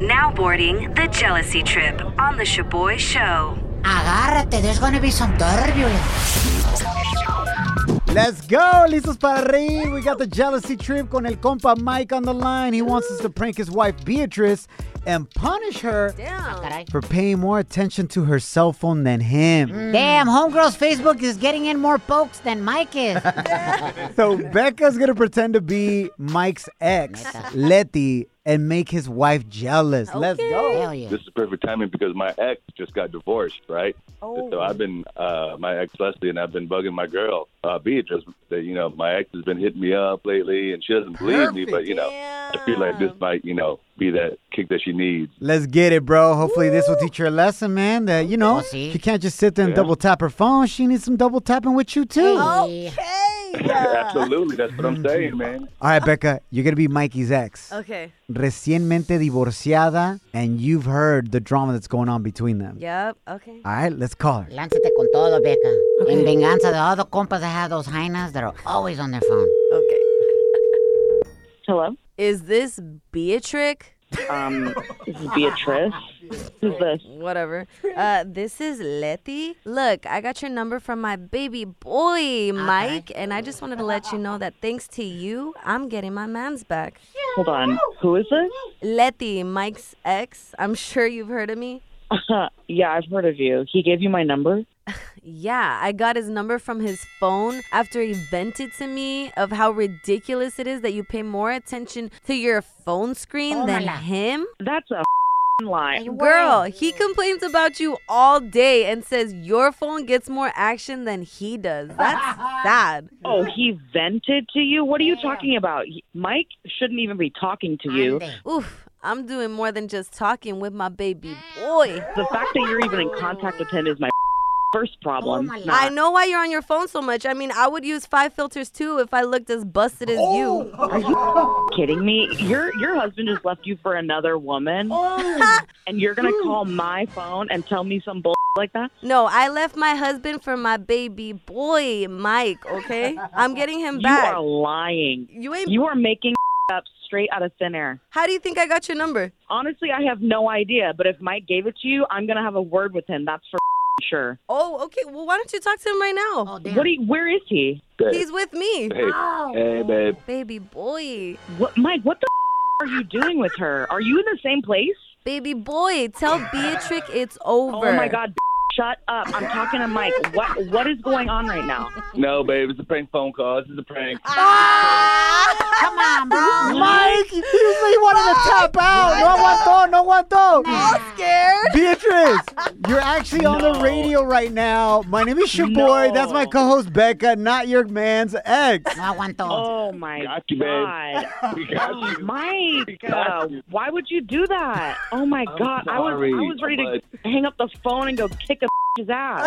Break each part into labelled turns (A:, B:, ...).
A: Now boarding the jealousy trip on the Shaboy Show.
B: Agárrate, there's gonna be some turbulence.
C: Let's go. Listos para reír. We got the jealousy trip con el compa Mike on the line. He wants us to prank his wife Beatrice and punish her
D: Damn.
B: Caray.
C: for paying more attention to her cell phone than him.
B: Damn, Homegirl's Facebook is getting in more pokes than Mike is.
C: So Becca's gonna pretend to be Mike's ex, Letty, and make his wife jealous. Let's go.
B: Hell yeah.
E: This is perfect timing because my ex just got divorced, right? So I've been uh, my ex Leslie, and I've been bugging my girl uh, Beatrice. That you know, my ex has been hitting me up lately, and she doesn't believe me. But you know, I feel like this might you know be that kick that she needs.
C: Let's get it, bro. Hopefully this will teach her a lesson, man. That you know,
B: Oh, sí.
C: she can't just sit there and double tap her phone. She needs some double tapping with you too.
F: Oh,
C: All
B: Hey.
E: Absolutely, that's what I'm saying, man.
C: right, Becca, you're gonna be Mikey's ex,
D: Okay.
C: recientemente divorciada, and you've heard the drama that's going on between them.
D: Yep. Okay.
C: All right, let's call her.
B: Lánzate con todo, Becca. In venganza the other compas that have those hyenas that are always on their phone.
D: Okay.
F: Hello.
D: Is this Beatrix?
F: Um, this is Beatrice. Who's this?
D: Whatever. Uh, this is Letty. Look, I got your number from my baby boy, Mike, and I just wanted to let you know that thanks to you, I'm getting my man's back.
F: Hold on. Who is this?
D: Letty, Mike's ex. I'm sure you've heard of me.
F: yeah, I've heard of you. He gave you my number.
D: Yeah, I got his number from his phone after he vented to me of how ridiculous it is that you pay more attention to your phone screen than
B: Tómala.
D: him.
F: That's a lie.
D: Girl, he complains about you all day and says your phone gets more action than he does. That's sad.
F: Oh, he vented to you? What are you talking about? He- Mike shouldn't even be talking to you.
B: Ande.
D: Oof, I'm doing more than just talking with my baby boy.
F: The fact that you're even in contact with him is my first problem.
B: my
D: Oh I
F: Not-
D: know why you're on your phone so much. I mean, I would use five filters too if I looked as busted as you.
F: kidding me? Your your husband just left you for another woman,
D: Oh.
F: and you're gonna call my phone and tell me some bull like that?
D: No, I left my husband for my baby boy, Mike, okay? I'm getting him
F: You
D: back.
F: are lying.
D: You ain't.
F: You are making up straight out of thin air.
D: How do you think I got your number?
F: Honestly, I have no idea. But if Mike gave it to you, I'm gonna have a word with him. That's for sure.
D: Oh, okay. Well, why don't you talk to him right now?
B: Oh, damn.
F: What? Do you, where is he?
E: Hey,
D: He's with me.
E: hey, hey, babe.
D: Baby boy.
F: What, Mike? What the are you doing with her? Are you in the same place?
D: Baby boy, tell Beatrix it's over.
F: Oh my God! Shut up! I'm talking to Mike. What What is going on right now?
E: No, babe, it's a prank phone call. This is a prank.
B: Ah, Come on, bro.
C: Mike, you say you wanted to tap out. No aguantó, no aguantó.
D: Scared?
C: Beatrice, you're actually on the radio right now. My name is your boy.
F: No.
C: That's my co-host Becca, not your man's ex.
B: No aguanto.
F: Oh my
E: Got you,
F: God!
E: babe. We
F: Oh,
E: got you.
F: Mike,
E: Got
F: uh,
E: you.
F: why would you do that? Oh my God! I was
E: sorry,
F: I was ready to hang up the phone and go kick a his ass.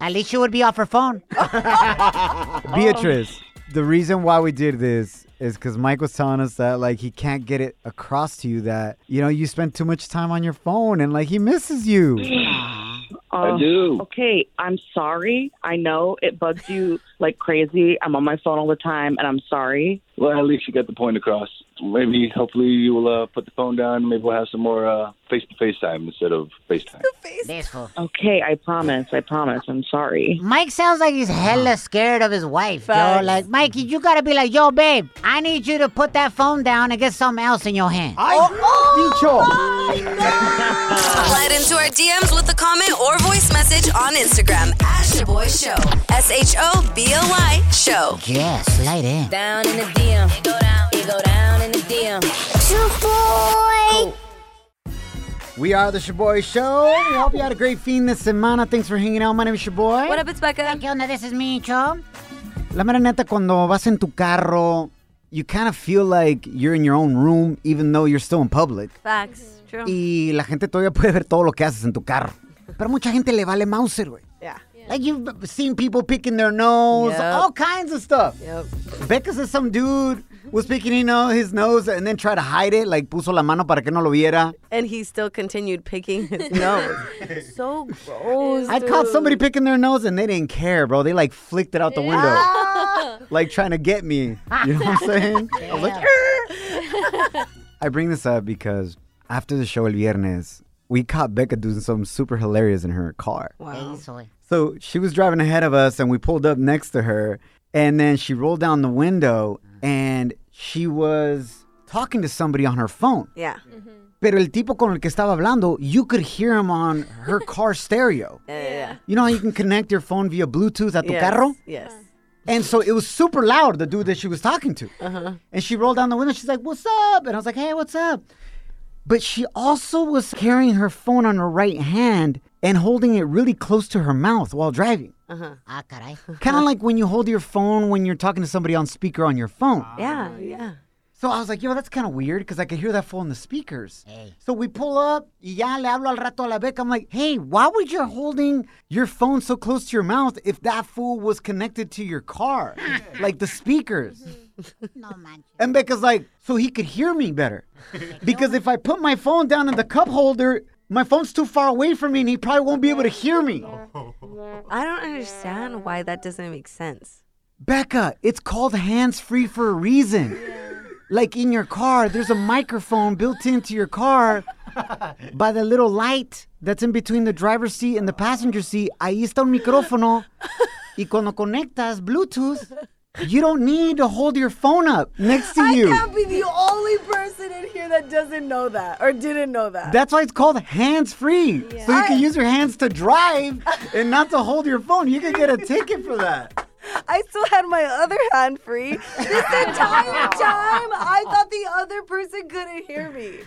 B: At least she would be off her phone.
C: Beatrice, the reason why we did this is because Mike was telling us that like he can't get it across to you that you know you spend too much time on your phone and like he misses you.
F: Oh,
E: I do.
F: Okay, I'm sorry. I know it bugs you like crazy. I'm on my phone all the time, and I'm sorry.
E: Well, at least you got the point across. Maybe, hopefully, you will uh, put the phone down. Maybe we'll have some more uh, face-to-face time instead of FaceTime.
B: This fool.
F: Okay, I promise. I promise. I'm sorry.
B: Mike sounds like he's hella scared of his wife, yo.
D: Facts.
B: Like, Mikey, you gotta be like, yo, babe, I need you to put that phone down and get something else in your hand.
C: I
G: Slide into our DMs with a comment or voice message on Instagram at Shaboy Show. S H O B O Y Show.
B: Yeah, slide in.
G: Down in the DM. You go down. You go down in the DM.
C: We are the Shaboy Show. We hope you had a great fiend this semana. Thanks for hanging out. My name is Shaboy.
D: What up, it's Becca.
B: ¿Qué onda? This is Micho.
C: La mera neta, cuando vas en tu carro you kind of feel like you're in your own room even though you're still in public.
D: Facts. True.
C: Y la gente todavía puede ver todo lo que haces en tu carro. Pero mucha gente le vale Mauser, güey.
H: Yeah.
C: Like you've seen people picking their nose,
D: Yep.
C: all kinds of stuff.
D: Yep.
C: Becca says some dude was picking you know, his nose and then try to hide it, like puso la mano para que no lo viera.
D: And he still continued picking his nose. so gross.
C: I caught somebody picking their nose and they didn't care, bro. They like flicked it out the window, like trying to get me. You know what I'm saying? I was like, "Arr." I bring this up because after the show El Viernes, we caught Becca doing something super hilarious in her car.
D: Wow.
C: So she was driving ahead of us, and we pulled up next to her, and then she rolled down the window, and she was talking to somebody on her phone.
D: Yeah.
C: Pero el tipo con el que estaba hablando, you could hear him on her car stereo.
D: Yeah. yeah.
C: You know how you can connect your phone via Bluetooth at the
D: Yes,
C: carro?
D: Yes.
C: And so it was super loud, the dude that she was talking to. And she rolled down the window. She's like, What's up? And I was like, Hey, what's up? But she also was carrying her phone on her right hand and holding it really close to her mouth while driving.
B: Ah, caray.
C: Kind of like when you hold your phone when you're talking to somebody on speaker on your phone.
D: Yeah. Yeah.
C: So I was like, yo, that's kind of weird because I could hear that fool in the speakers. So we pull up, y ya le hablo al rato a la beca. I'm like, hey, why would you holding your phone so close to your mouth if that fool was connected to your car? like the speakers.
B: Mm-hmm. No manches.
C: And Becca's like, so he could hear me better. Because if I put my phone down in the cup holder, my phone's too far away from me and he probably won't be able to hear me.
B: Oh.
D: I don't understand why that doesn't make sense.
C: Becca, it's called hands free for a reason. Like in your car, there's a microphone built into your car by the little light that's in between the driver's seat and the passenger seat. Ahí está un micrófono. Y cuando conectas Bluetooth, you don't need to hold your phone up next to you.
H: I'll be the only person in here that doesn't know that or didn't know that.
C: That's why it's called hands free. So you can use your hands to drive and not to hold your phone. You can get a ticket for that.
H: I still had my other hand free. This entire time, I
D: Oh.
H: thought the other person couldn't hear me.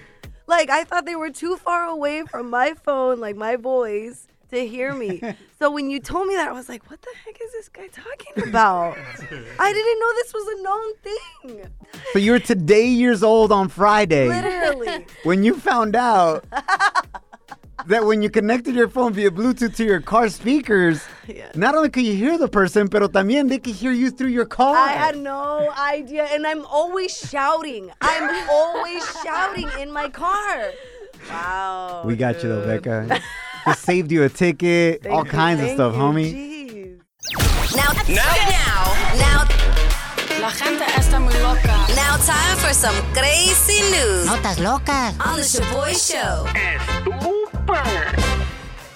D: Like I thought they were too far away from my phone, like my voice, to hear me. so when you told me that, I was like, "What the heck is this guy talking about?" I didn't know this was a known thing.
C: So you were today years old on Friday.
D: Literally.
C: when you found out that when you connected your phone via Bluetooth to your car speakers, not only could you hear the person, pero también they could hear you through your car.
D: I had no idea, and I'm always shouting. I'm always shouting in my car. Wow.
C: we got you though, Becca. Just saved you a ticket, all kinds of stuff, homie.
D: Jeez.
G: Now, now, now, now,
I: La gente está muy loca.
G: now, time for some crazy news
B: Notas locas.
G: on the Shaboy Show.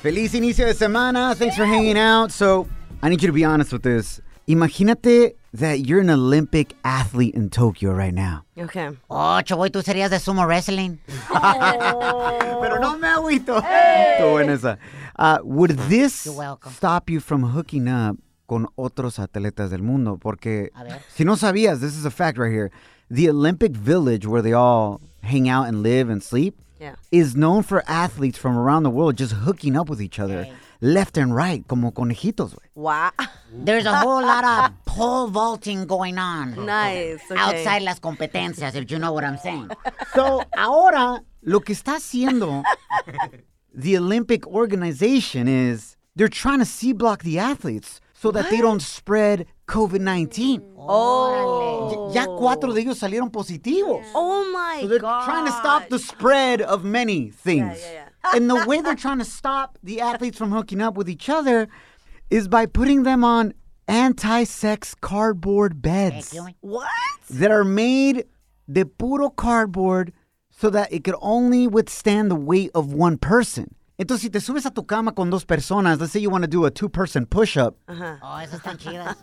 C: Feliz inicio de semana. Thanks for hanging out. So, I need you to be honest with this. Imagínate that you're an Olympic athlete in Tokyo right now.
D: Okay.
B: Oh, Choboy, tú serías de sumo wrestling.
C: Pero no me agüito. Estuvo buena esa. Uh, would this
B: welcome.
C: stop you from hooking up con otros atletas del mundo? Porque
B: A ver.
C: si no sabías, this is a fact right here. The Olympic Village, where they all hang out and live and sleep,
D: Yeah.
C: is known for athletes from around the world just hooking up with each other, left and right, como conejitos. güey.
D: Wow.
B: There's a whole lot of pole vaulting going on.
D: Nice. Okay.
B: Outside las competencias, if you know what I'm saying.
C: So, ahora lo que está haciendo the Olympic organization is they're trying to C block the athletes so that they don't spread COVID 19.
D: Oh.
C: Ya cuatro de ellos salieron positivos.
D: Oh my
C: So they're
D: god.
C: trying to stop the spread of many things.
D: yeah,
C: and the way they're trying to stop the athletes from hooking up with each other is by putting them on anti sex cardboard beds
D: What?
C: that are made de puro cardboard so that it could only withstand the weight of one person. Entonces, si te subes a tu cama con dos personas, let's say you want to do a two person push up,
B: Oh, esas están chidas.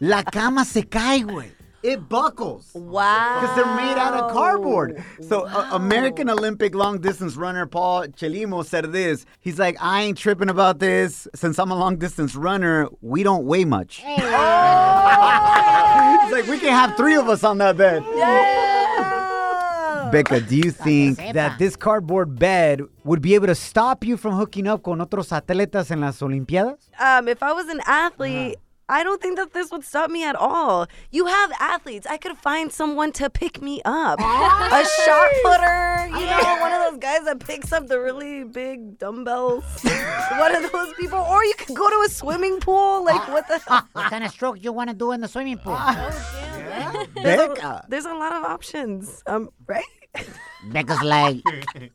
C: la cama se cae, güey. It buckles.
D: Wow.
C: Because they're made out of cardboard. So, a- American Olympic long distance runner Paul Chelimo said this. He's like, I ain't tripping about this. Since I'm a long distance runner, we don't weigh much. He's like, we can have three of us on that bed. Becca, do you think that this cardboard bed would be able to stop you from hooking up con otros atletas en las Olimpiadas? Uh-huh.
D: Um, if I was an athlete, I don't think that this would stop me at all. You have athletes. I could find someone to pick me up. A shot putter, you know, one of those guys that picks up the really big dumbbells. one of those people. Or you could go to a swimming pool. Like, what the hell?
B: What kind of stroke you want to do in the swimming pool?
C: Becca.
D: There's a lot of options, um, right?
B: Becca's like,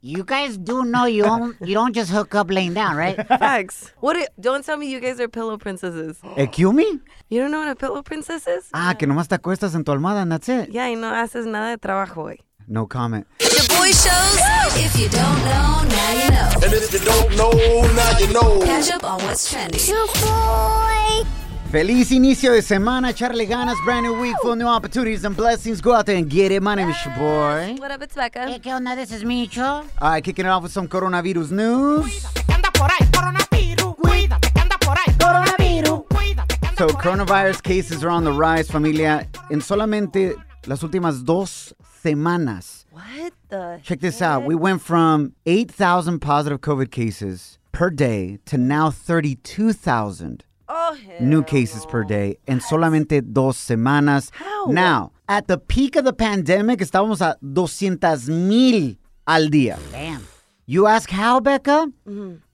B: you guys do know you don't you don't just hook up laying down, right?
D: Facts. What? do- don't tell me you guys are pillow princesses.
C: ¿Excuse me?
D: You don't know what a pillow princess is?
C: Ah, que nomás te acuestas en tu almohada and that's it.
D: Yeah, y no haces nada de trabajo hoy.
C: No comment.
G: The boy shows. If you don't know, now you know.
J: And if you don't know, now you know.
G: Catch up on what's trending.
C: Feliz inicio de semana, echarle ganas, brand new week, full new opportunities and blessings. Go out there and get it. My name is your boy.
D: What up, it's Becca.
B: Hey, ¿qué onda? This is Micho.
C: All right, kicking it off with some coronavirus news. So, coronavirus cases are on the rise, familia. En solamente las últimas dos semanas.
D: What the?
C: Check this out. We went from 8,000 positive COVID cases per day to now 32,000
D: Oh, hell.
C: new cases per day en solamente dos semanas.
D: How?
C: Now, at the peak of the pandemic, estábamos a 200 mil al día.
B: Damn. Mm-hmm.
C: You ask how, Becca?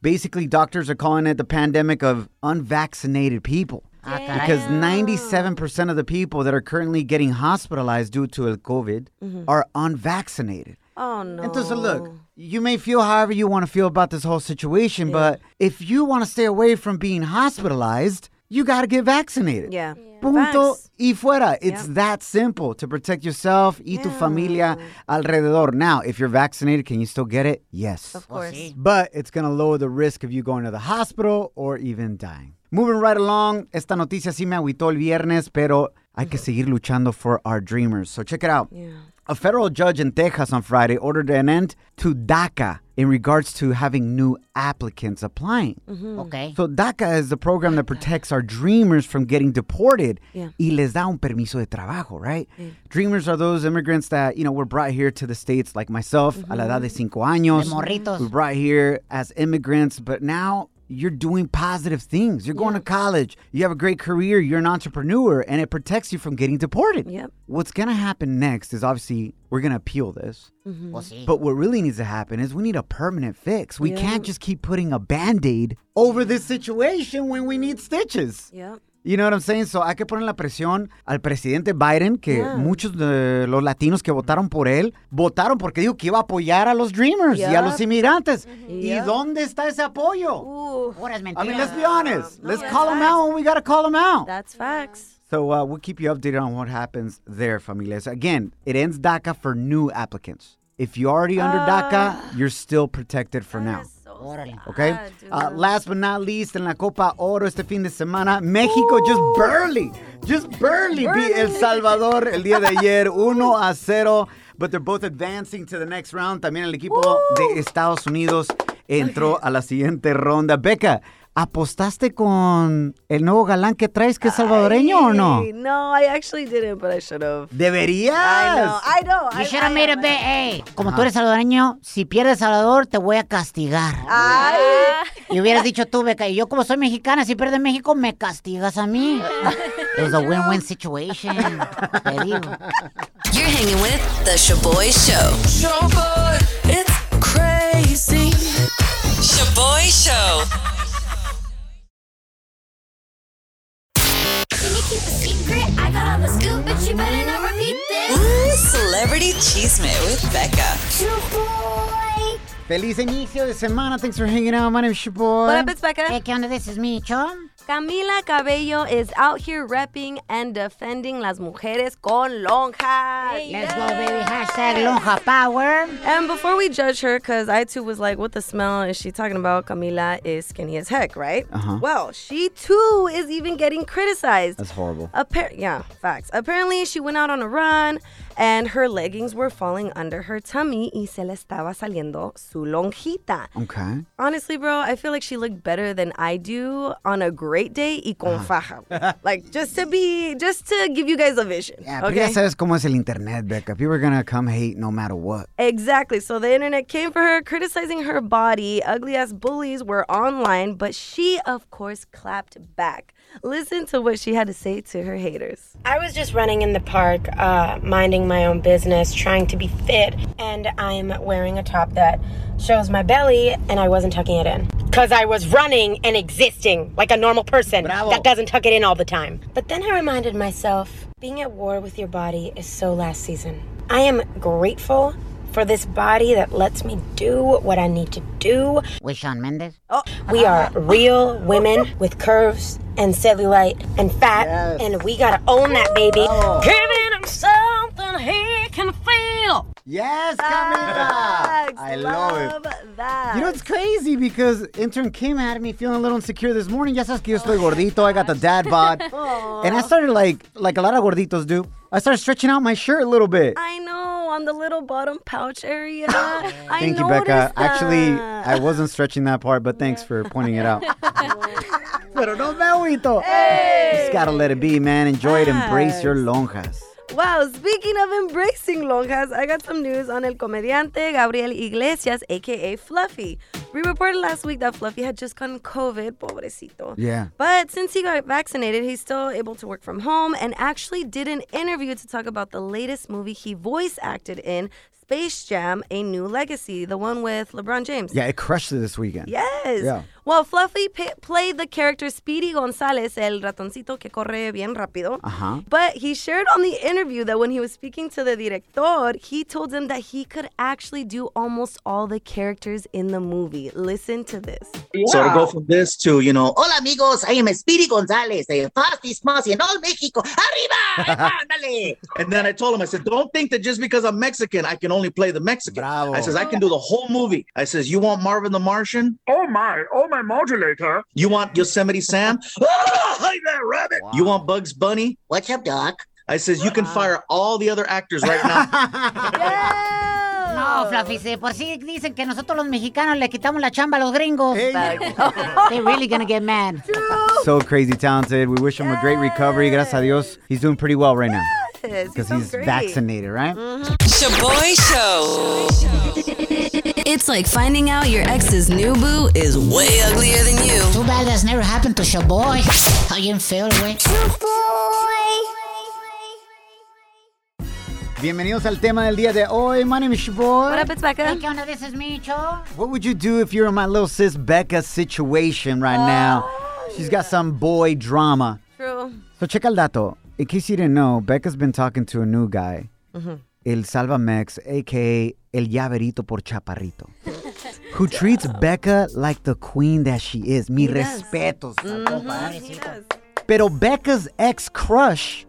C: Basically, doctors are calling it the pandemic of unvaccinated people.
B: Ah, caray.
C: Because 97% of the people that are currently getting hospitalized due to el COVID
B: Mm-hmm.
C: are unvaccinated.
D: Oh, no.
C: Entonces, look, you may feel however you want to feel about this whole situation, but if you want to stay away from being hospitalized, you got to get vaccinated.
D: Yeah.
C: Punto
D: Facts.
C: y fuera. It's that simple to protect yourself y tu familia alrededor. Now, if you're vaccinated, can you still get it? Yes.
D: Of course.
C: But it's going to lower the risk of you going to the hospital or even dying. Moving right along, esta noticia sí me agüitó el viernes, pero hay que seguir luchando for our dreamers. So check it out. A federal judge in Texas on Friday ordered an end to DACA in regards to having new applicants applying.
B: Okay.
C: So DACA is the program that protects our dreamers from getting deported
D: Yeah.
C: y les da un permiso de trabajo, right? Dreamers are those immigrants that, you know, were brought here to the States, like myself, a la edad de cinco años.
B: Mm-hmm. De morritos.
C: We brought here as immigrants, but now you're doing positive things. You're going to college. You have a great career. You're an entrepreneur, and it protects you from getting deported.
D: Yep.
C: What's going to happen next is obviously we're going to appeal this.
B: Pues sí.
C: But what really needs to happen is we need a permanent fix. We can't just keep putting a band aid over this situation when we need stitches.
D: Yep.
C: You know what I'm saying? So hay que poner la presión al presidente Biden, que muchos de los latinos que votaron por él, votaron porque dijo que iba a apoyar a los dreamers y a los inmigrantes. ¿Y dónde está ese apoyo?
D: Ooh,
B: Puras
C: I mean,
B: mentiras.
C: let's be honest. Let's call them out when we gotta call them out.
D: that's facts.
C: So uh, we'll keep you updated on what happens there, familia. So again, it ends DACA for new applicants. If you're already under DACA, you're still protected for now.
D: Ah,
B: Órale.
C: Okay.
D: sad,
C: Uh, last but not least, in La Copa Oro este fin de semana, México just barely, just barely beat El Salvador el día de ayer, 1 a 0. But they're both advancing to the next round. También el equipo de Estados Unidos entró a la siguiente ronda. Beca, ¿apostaste con el nuevo galán que traes que es salvadoreño o no?
D: Hey, No, I actually didn't, but I should have.
C: Deberías.
D: I know. I know. I,
B: You should have
D: I
B: made a
D: am.
B: bet. Hey, como tú eres salvadoreño, si pierdes Salvador, te voy a castigar.
D: I-
B: Y hubieras dicho tú, Beca, y yo como soy mexicana, si pierdes México, me castigas a mí. It was a win-win situation. Te digo.
G: You're hanging with the Shaboy Show. Shaboy, it's crazy. Shaboy Show. Ooh, Celebrity Cheesemate with Becca.
C: Feliz inicio de semana. Thanks for hanging out. My name is your boy.
D: What up, it's Becca.
B: Hey, ¿qué onda? This is me, Chon.
D: Eh, Camila Cabello is out here repping and defending las mujeres con lonjas.
B: Let's go, baby. Hashtag Lonja Power.
D: And before we judge her, because I too was like, what the smell is she talking about? Camila is skinny as heck, right?
C: Uh-huh.
D: Well, she too is even getting criticized.
C: That's horrible.
D: Appar- yeah, facts. Apparently, she went out on a run and her leggings were falling under her tummy y se le estaba saliendo su lonjita.
C: Okay.
D: Honestly, bro, I feel like she looked better than I do on a great day y
C: Uh-huh.
D: con faja. like just to be, just to give you guys a vision.
C: Yeah, Pero ya sabes cómo es el internet, Becca. People are gonna come hate no matter what.
D: Exactly. So the internet came for her, criticizing her body. Ugly ass bullies were online, but she, of course, clapped back. Listen to what she had to say to her haters.
K: I was just running in the park, uh, minding my own business, trying to be fit, and I'm wearing a top that shows my belly, and I wasn't tucking it in. Because I was running and existing like a normal person that doesn't tuck it in all the time. But then I reminded myself being at war with your body is so last season. I am grateful for this body that lets me do what I need to do.
B: With Sean Mendes?
K: We are real women with curves and cellulite and fat, and we gotta own that baby. Giving him something he can feel.
C: Yes, Camila. Ah, I love it. You know, it's crazy because intern came at me feeling a little insecure this morning. Ya sabes que yo estoy gordito. I got the dad bod. and I started like, like a lot of gorditos do, I started stretching out my shirt a little bit.
D: I know on the little bottom pouch area. I
C: Thank you,
D: noticed
C: Becca.
D: That.
C: Actually, I wasn't stretching that part, but thanks for pointing it out. Pero no me agüito. Just gotta let it be, man. Enjoy it. Embrace your lonjas.
D: Wow, speaking of embracing lonjas, I got some news on El Comediante Gabriel Iglesias, aka Fluffy. We reported last week that Fluffy had just gotten COVID, pobrecito.
C: Yeah.
D: But since he got vaccinated, he's still able to work from home and actually did an interview to talk about the latest movie he voice acted in, Space Jam A New Legacy, the one with LeBron James.
C: Yeah, it crushed it this weekend.
D: Yes.
C: Yeah.
D: Well, Fluffy pa- played the character Speedy Gonzalez, el ratoncito que corre bien rápido.
C: Uh huh.
D: But he shared on the interview that when he was speaking to the director, he told him that he could actually do almost all the characters in the movie. Listen to this.
L: So to go from this to, you know,
B: Hola amigos, I am Speedy Gonzalez, the fastest mouse in all Mexico. Arriba! Ándale!
L: and then I told him, I said, don't think that just because I'm Mexican, I can only play the Mexican. I says, I can do the whole movie. I says, you want Marvin the Martian? Oh my, oh my modulator. You want Yosemite Sam? Ah, hi there, rabbit. You want Bugs Bunny? What's up, Doc? I says, you can fire all the other actors right now.
B: No, Fluffy, sí, por si dicen que nosotros los mexicanos le quitamos la chamba a los gringos. They're really gonna get mad.
C: So crazy talented. We wish him a great recovery. Gracias a Dios. He's doing pretty well right now. Because he's vaccinated, right?
D: Mm-hmm.
G: Shaboy Show. It's like finding out your ex's new boo is way uglier than you.
B: Too bad that's never happened to your boy. How you feel, güey?
C: Bienvenidos al tema del día de hoy. My name is Shaboy.
D: What up, it's Becca.
B: ¿Qué onda? This is me, Cho.
C: What would you do if you're in my little sis Becca situation right
D: Oh,
C: now? She's got some boy drama.
D: True.
C: So check el dato. In case you didn't know, Becca's been talking to a new guy,
D: Mhm.
C: El Salvamex, aka El Llaverito por Chaparrito, who treats Becca like the queen that she is. Mi respetos. Pero Becca's ex crush,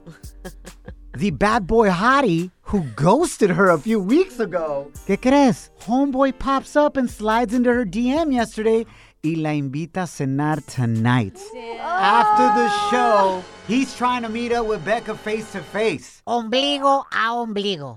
C: the bad boy hottie who ghosted her a few weeks ago. ¿Qué crees? Homeboy pops up and slides into her DM yesterday y la invita a cenar tonight. After the show, he's trying to meet up with Becca face to face.
B: Ombligo a ombligo.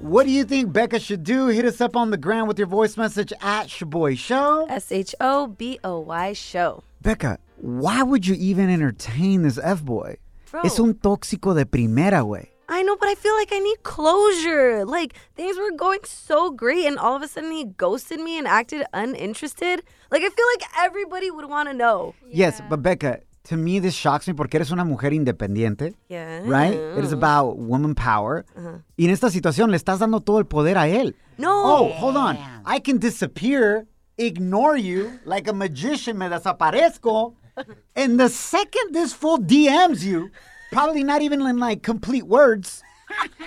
C: What do you think Becca should do? Hit us up on the ground with your voice message at Shaboy Show.
D: S H O B O Y show.
C: Becca, why would you even entertain this F-boy?
D: Bro.
C: Es un tóxico de primera, güey.
D: I know, but I feel like I need closure. Like things were going so great, and all of a sudden he ghosted me and acted uninterested. Like I feel like everybody would want to know.
C: Yes, but Becca, to me this shocks me porque eres una mujer independiente,
D: Yeah.
C: right? It is about woman power. Y en esta situación le estás dando todo el poder a él.
D: No.
C: Oh, hold on. I can disappear, ignore you like a magician, me desaparezco. and the second this fool DMs you, probably not even in like complete words,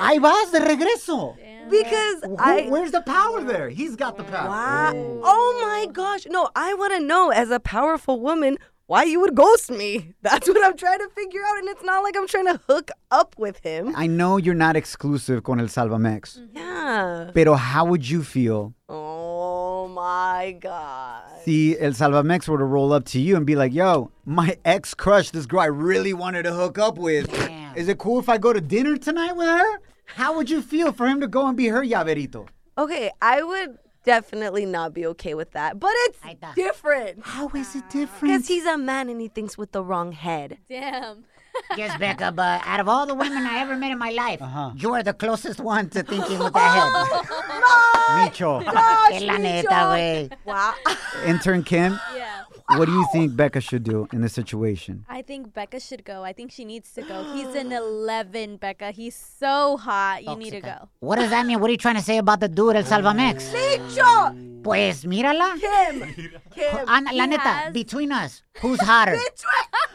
C: ahí vas de regreso.
D: Because
C: Who-
D: I.
C: where's the power there? He's got the power.
D: Wow. Oh my gosh. No, I want to know as a powerful woman why you would ghost me. That's what I'm trying to figure out. And it's not like I'm trying to hook up with him.
C: I know you're not exclusive con el Salvamex,
D: Mm-hmm. Yeah.
C: pero how would you feel
D: Oh my God.
C: see El Salvamex were to roll up to you and be like, yo, my ex crush, this girl I really wanted to hook up with, Is it cool if I go to dinner tonight with her? How would you feel for him to go and be her llaverito?
D: Okay, I would definitely not be okay with that. But it's different.
C: How is it different?
D: Because he's a man and he thinks with the wrong head.
B: Damn. Yes, Becca, but out of all the women I ever met in my life,
I: Uh-huh.
C: Uh-huh.
B: you are the closest one to thinking with that head.
C: Micho.
I: Oh,
B: Que la neta, güey.
D: Wow.
C: Intern Kim,
I: Yeah.
C: what do you think Becca should do in this situation?
I: I think Becca should go. I think she needs to go. He's an 11, Becca. He's so hot. You need to go.
B: What does that mean? What are you trying to say about the dude, El Salvamex?
D: Micho!
B: Pues mírala.
D: Kim! Kim!
B: Ana, la neta, between us, who's hotter?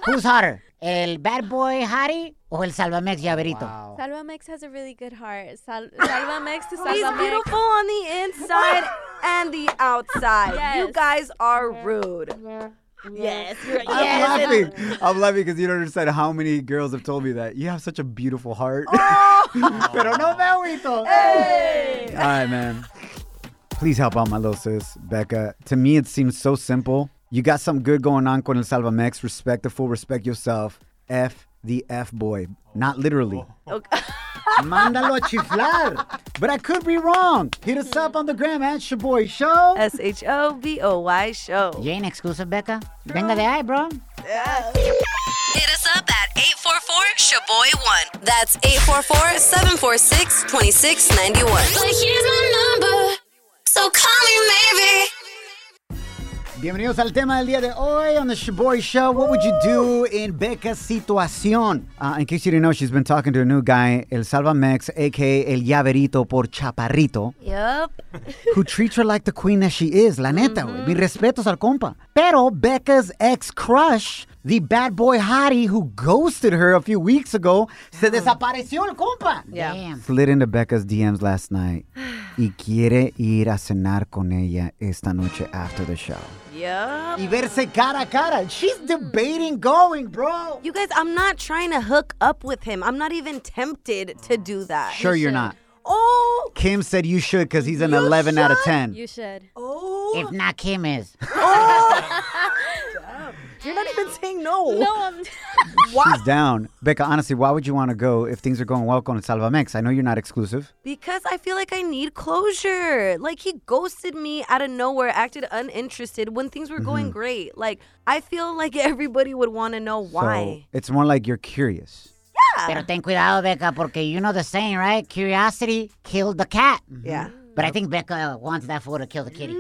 B: who's hotter? El bad boy Harry o el Salvamex Llaverito?
D: Oh.
I: Salvamex has a really good heart. Sal- Salvamex to Salvamex.
D: He's beautiful on the inside and the outside. You
I: Yes.
D: guys are rude. Yes, you're
C: I'm laughing. I'm laughing because you don't understand how many girls have told me that. You have such a beautiful heart. Pero no me agüito. All right, man. Please help out my little sis, Becca. To me, it seems so simple. You got something good going on con el Salvamex. Respect the fool, respect yourself. F the F boy. Not literally. Mándalo a chiflar. But I could be wrong. Hit us up on the gram at Shaboy Show.
D: S H O B O Y Show.
B: You ain't exclusive, Becca. Venga de ahí, bro.
G: Hit us up at 844-SHABOY1. That's 844-746-2691. Well, here's my number, so call me maybe.
C: Bienvenidos al tema del día de hoy on the Shaboy Show. What would you do in Becca's situación? Uh, in case you didn't know, she's been talking to a new guy, El Salvamex, aka El Llaverito por Chaparrito,
D: Yep.
C: who treats her like the queen that she is. La neta, güey. Mis respetos al compa. Pero Becca's ex-crush, the bad boy hottie who ghosted her a few weeks ago, se desapareció el compa.
D: Yeah.
C: Slid into Becca's DMs last night y quiere ir a cenar con ella esta noche after the show.
D: Yep.
C: y verse cara a cara. She's debating going, bro.
D: You guys, I'm not trying to hook up with him. I'm not even tempted to do that.
C: Sure, you're not.
D: Oh,
C: Kim said you should because he's an 11 out of 10.
I: You should.
D: oh,
B: If not, Kim is.
D: you're not even saying no.
I: No, I'm.
C: She's down. Becca, honestly, why would you want to go if things are going well con el Salvamex? I know you're not exclusive.
D: Because I feel like I need closure. Like he ghosted me out of nowhere, acted uninterested when things were going great. Like I feel like everybody would want to know why.
C: Mm-hmm. So it's more like you're curious.
B: Pero ten cuidado, Becca, porque you know the saying, right? Curiosity killed the cat.
C: mm-hmm.
D: Yeah.
B: But I think Becca wants that fool to kill the kitty.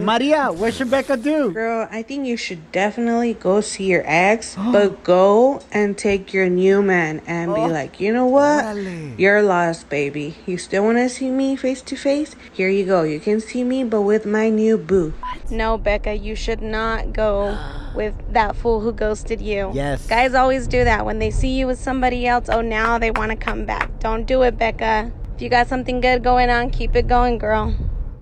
C: Maria, what should Becca do?
M: Girl, I think you should definitely go see your ex, but go and take your new man and
D: Oh.
M: be like, you know what?
C: Órale.
M: You're lost, baby. You still want to see me face to face? Here you go. You can see me, but with my new boo.
K: No, Becca, you should not go with that fool who ghosted you.
C: Yes.
K: Guys always do that. When they see you with somebody else, oh, now they want to come back. Don't do it, Becca. If you got something good going on, keep it going, girl.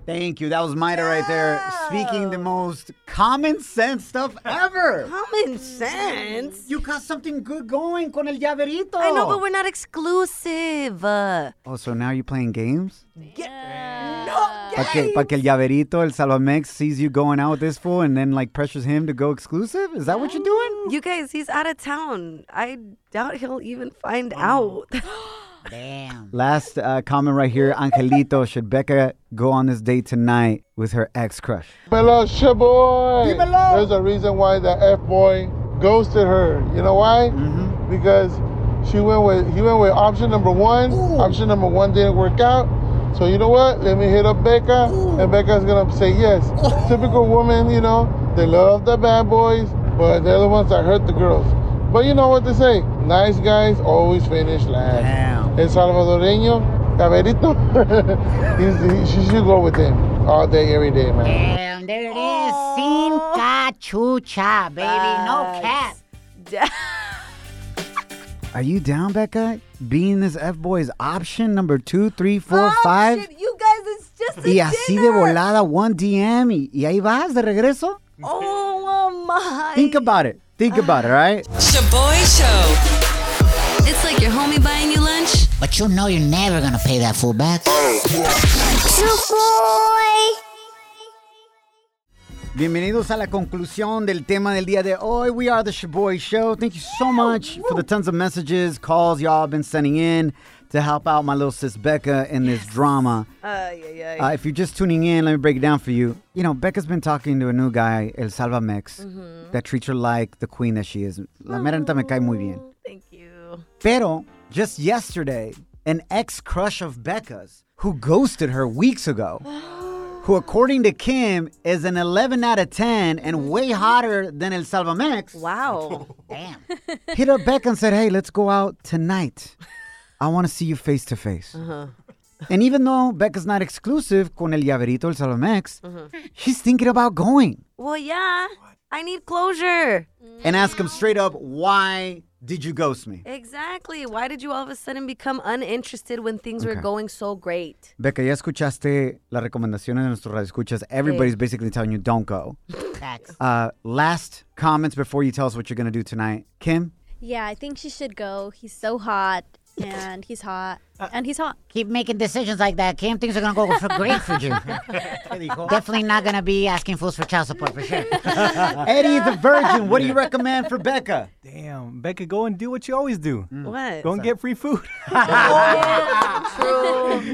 C: Thank you. That was Maida right there speaking the most common sense stuff ever.
D: Common sense.
C: You got something good going con el llaverito.
D: I know, but we're not exclusive. Uh,
C: Oh, so now you're playing games?
D: no.
C: Pa' que, pa' que el llaverito, el Salvamex, sees you going out with this fool and then like pressures him to go exclusive? Is that what you're doing?
D: You guys, he's out of town. I doubt he'll even find out.
B: Damn.
C: Last uh, comment right here Angelito, should Becca go on this date tonight with her ex crush?
N: Hello, Shaboy. There's a reason why the F boy ghosted her. You know why? Because she went with he went with option number one. Option number one didn't work out. So you know what? Let me hit up Becca, and Becca's gonna say yes. Typical woman, you know, they love the bad boys, but they're the ones that hurt the girls. But you know what they say? Nice guys always finish last.
C: Damn.
N: El Salvadoreño, Caberito. He's- he- she should go with him all day, every day, man.
B: Damn, there it is. Sin cachucha, baby. No cat.
C: Are you down, Becca? Being this F boy is option number two, three, four, five.
D: Oh, Shit, you guys, it's just a
C: Y así de
D: dinner.
C: volada, one DM. Y, y ahí vas de regreso?
D: Oh, oh my.
C: Think about it. Think about it, all right?
G: Shaboy Show. It's like your homie buying you lunch.
B: But you know you're never gonna pay that fool back.
C: Bienvenidos a la conclusión del tema del día de hoy. We are the Shaboy Show. Thank you so much for the tons of messages, calls y'all been sending in to help out my little sis Becca in this drama.
D: Ay, ay, ay.
C: Uh, if you're just tuning in, let me break it down for you. You know, Becca's been talking to a new guy, El Salvamex,
D: Mm-hmm.
C: that treats her like the queen that she is. La mera neta me cae muy bien.
D: Thank you.
C: Pero just yesterday, an ex crush of Becca's who ghosted her weeks ago, who according to Kim is an 11 out of 10 and way hotter than El Salvamex.
D: Wow.
B: Damn.
C: hit up Becca and said, "Hey, let's go out tonight. I want to see you face to face." And even though Becca's not exclusive con el llaverito el Salomex, she's thinking about going.
D: Well, yeah. I need closure.
C: And ask him straight up, "Why did you ghost me?"
D: Exactly. Why did you all of a sudden become uninterested when things were
C: Okay.
D: going so great?
C: Becca, ya escuchaste las recomendaciones de nuestros radioescuchas. Everybody's basically telling you don't go.
B: Facts.
C: Uh, last comments before you tell us what you're gonna do tonight, Kim.
I: Yeah, I think she should go. He's so hot, and he's hot, and he's hot.
B: Keep making decisions like that, Kim. Things are gonna go for great for you. Definitely not gonna be asking fools for child support for sure.
C: Eddie the Virgin, what do you recommend for Becca?
O: Damn, Becca, go and do what you always do.
H: Mm.
D: What?
O: Go and get free food.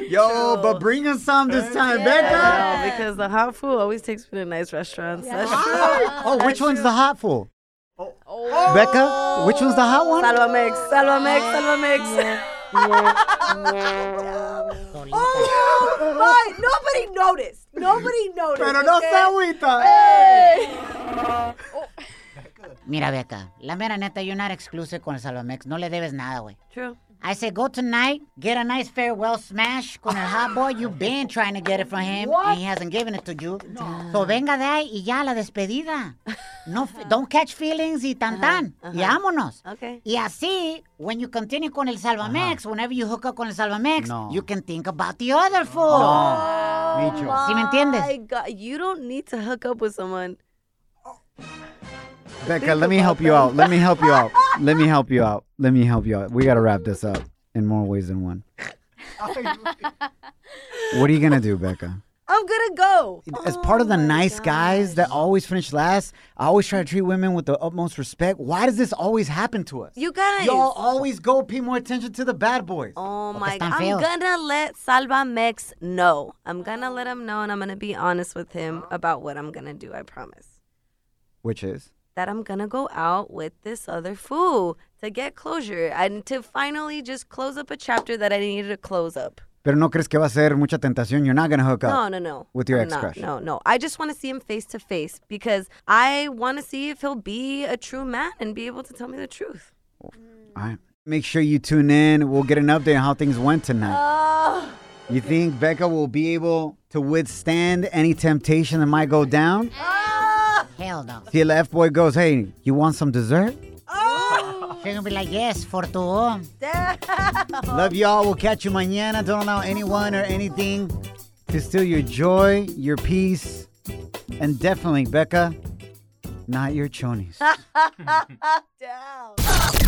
C: Yo, but bring us some this time, Becca.
D: I know, because the hot food always takes me to nice restaurants. That's true.
C: Oh, which one's the hot fool? Oh. Becca, which one's the hot one?
D: Salvamex, Salvamex, Salvamex.
H: Oh, my. Nobody noticed. Nobody noticed.
C: Pero no
H: okay?
C: se agüita. eh.
B: Mira, Becca, la mera neta, you're not exclusive con el Salvamex. No le debes nada, güey.
D: True.
B: I said, go tonight, get a nice farewell smash con el hot boy. You've been trying to get it from him, and he hasn't given it to you. So venga de ahí y ya la despedida. No, f- don't catch feelings y
C: Uh-huh,
B: tan tan. Y vámonos.
D: Okay.
B: Y así, when you continue con el Salvamex, whenever you hook up con el Salvamex,
C: Uh-huh. No.
B: you can think about the other fool.
C: No. Micho.
B: ¿Sí me entiendes?
D: My God, you don't need to hook up with someone.
C: Becca, let me help you out. Let me help you out. Let me help you out. Let me help you out. We gotta wrap this up in more ways than one. What are you gonna do, Becca?
D: I'm gonna go.
C: As part
D: Oh
B: Oh
C: of the nice guys that always finish last, I always try to treat women with the utmost respect. Why does this always happen to us?
D: You guys.
C: Y'all always go pay more attention to the bad boys.
D: Oh my
B: están
D: God. I'm
B: feos.
D: gonna let Salvamex know. I'm gonna let him know and I'm gonna be honest with him about what I'm gonna do. I promise.
C: Which is?
D: That I'm gonna go out with this other fool to get closure and to finally just close up a chapter that I needed to close up.
C: Pero no crees que va a ser mucha tentación. You're not gonna hook up.
D: No, no, no.
C: With your
D: I'm
C: ex
D: not.
C: crush.
D: No, no. I just want to see him face to face because I want to see if he'll be a true man and be able to tell me the truth.
C: All right. Make sure you tune in. We'll get an update on how things went tonight. You think Becca will be able to withstand any temptation that might go down?
B: Hell no.
C: See, the F boy goes, hey, you want some dessert?
B: They're gonna be like, yes, for tu oh." home.
C: Love y'all. We'll catch you mañana. Don't allow anyone or anything to steal your joy, your peace, and definitely, Becca, not your chonies.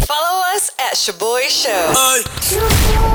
G: Follow us at Shaboy Show.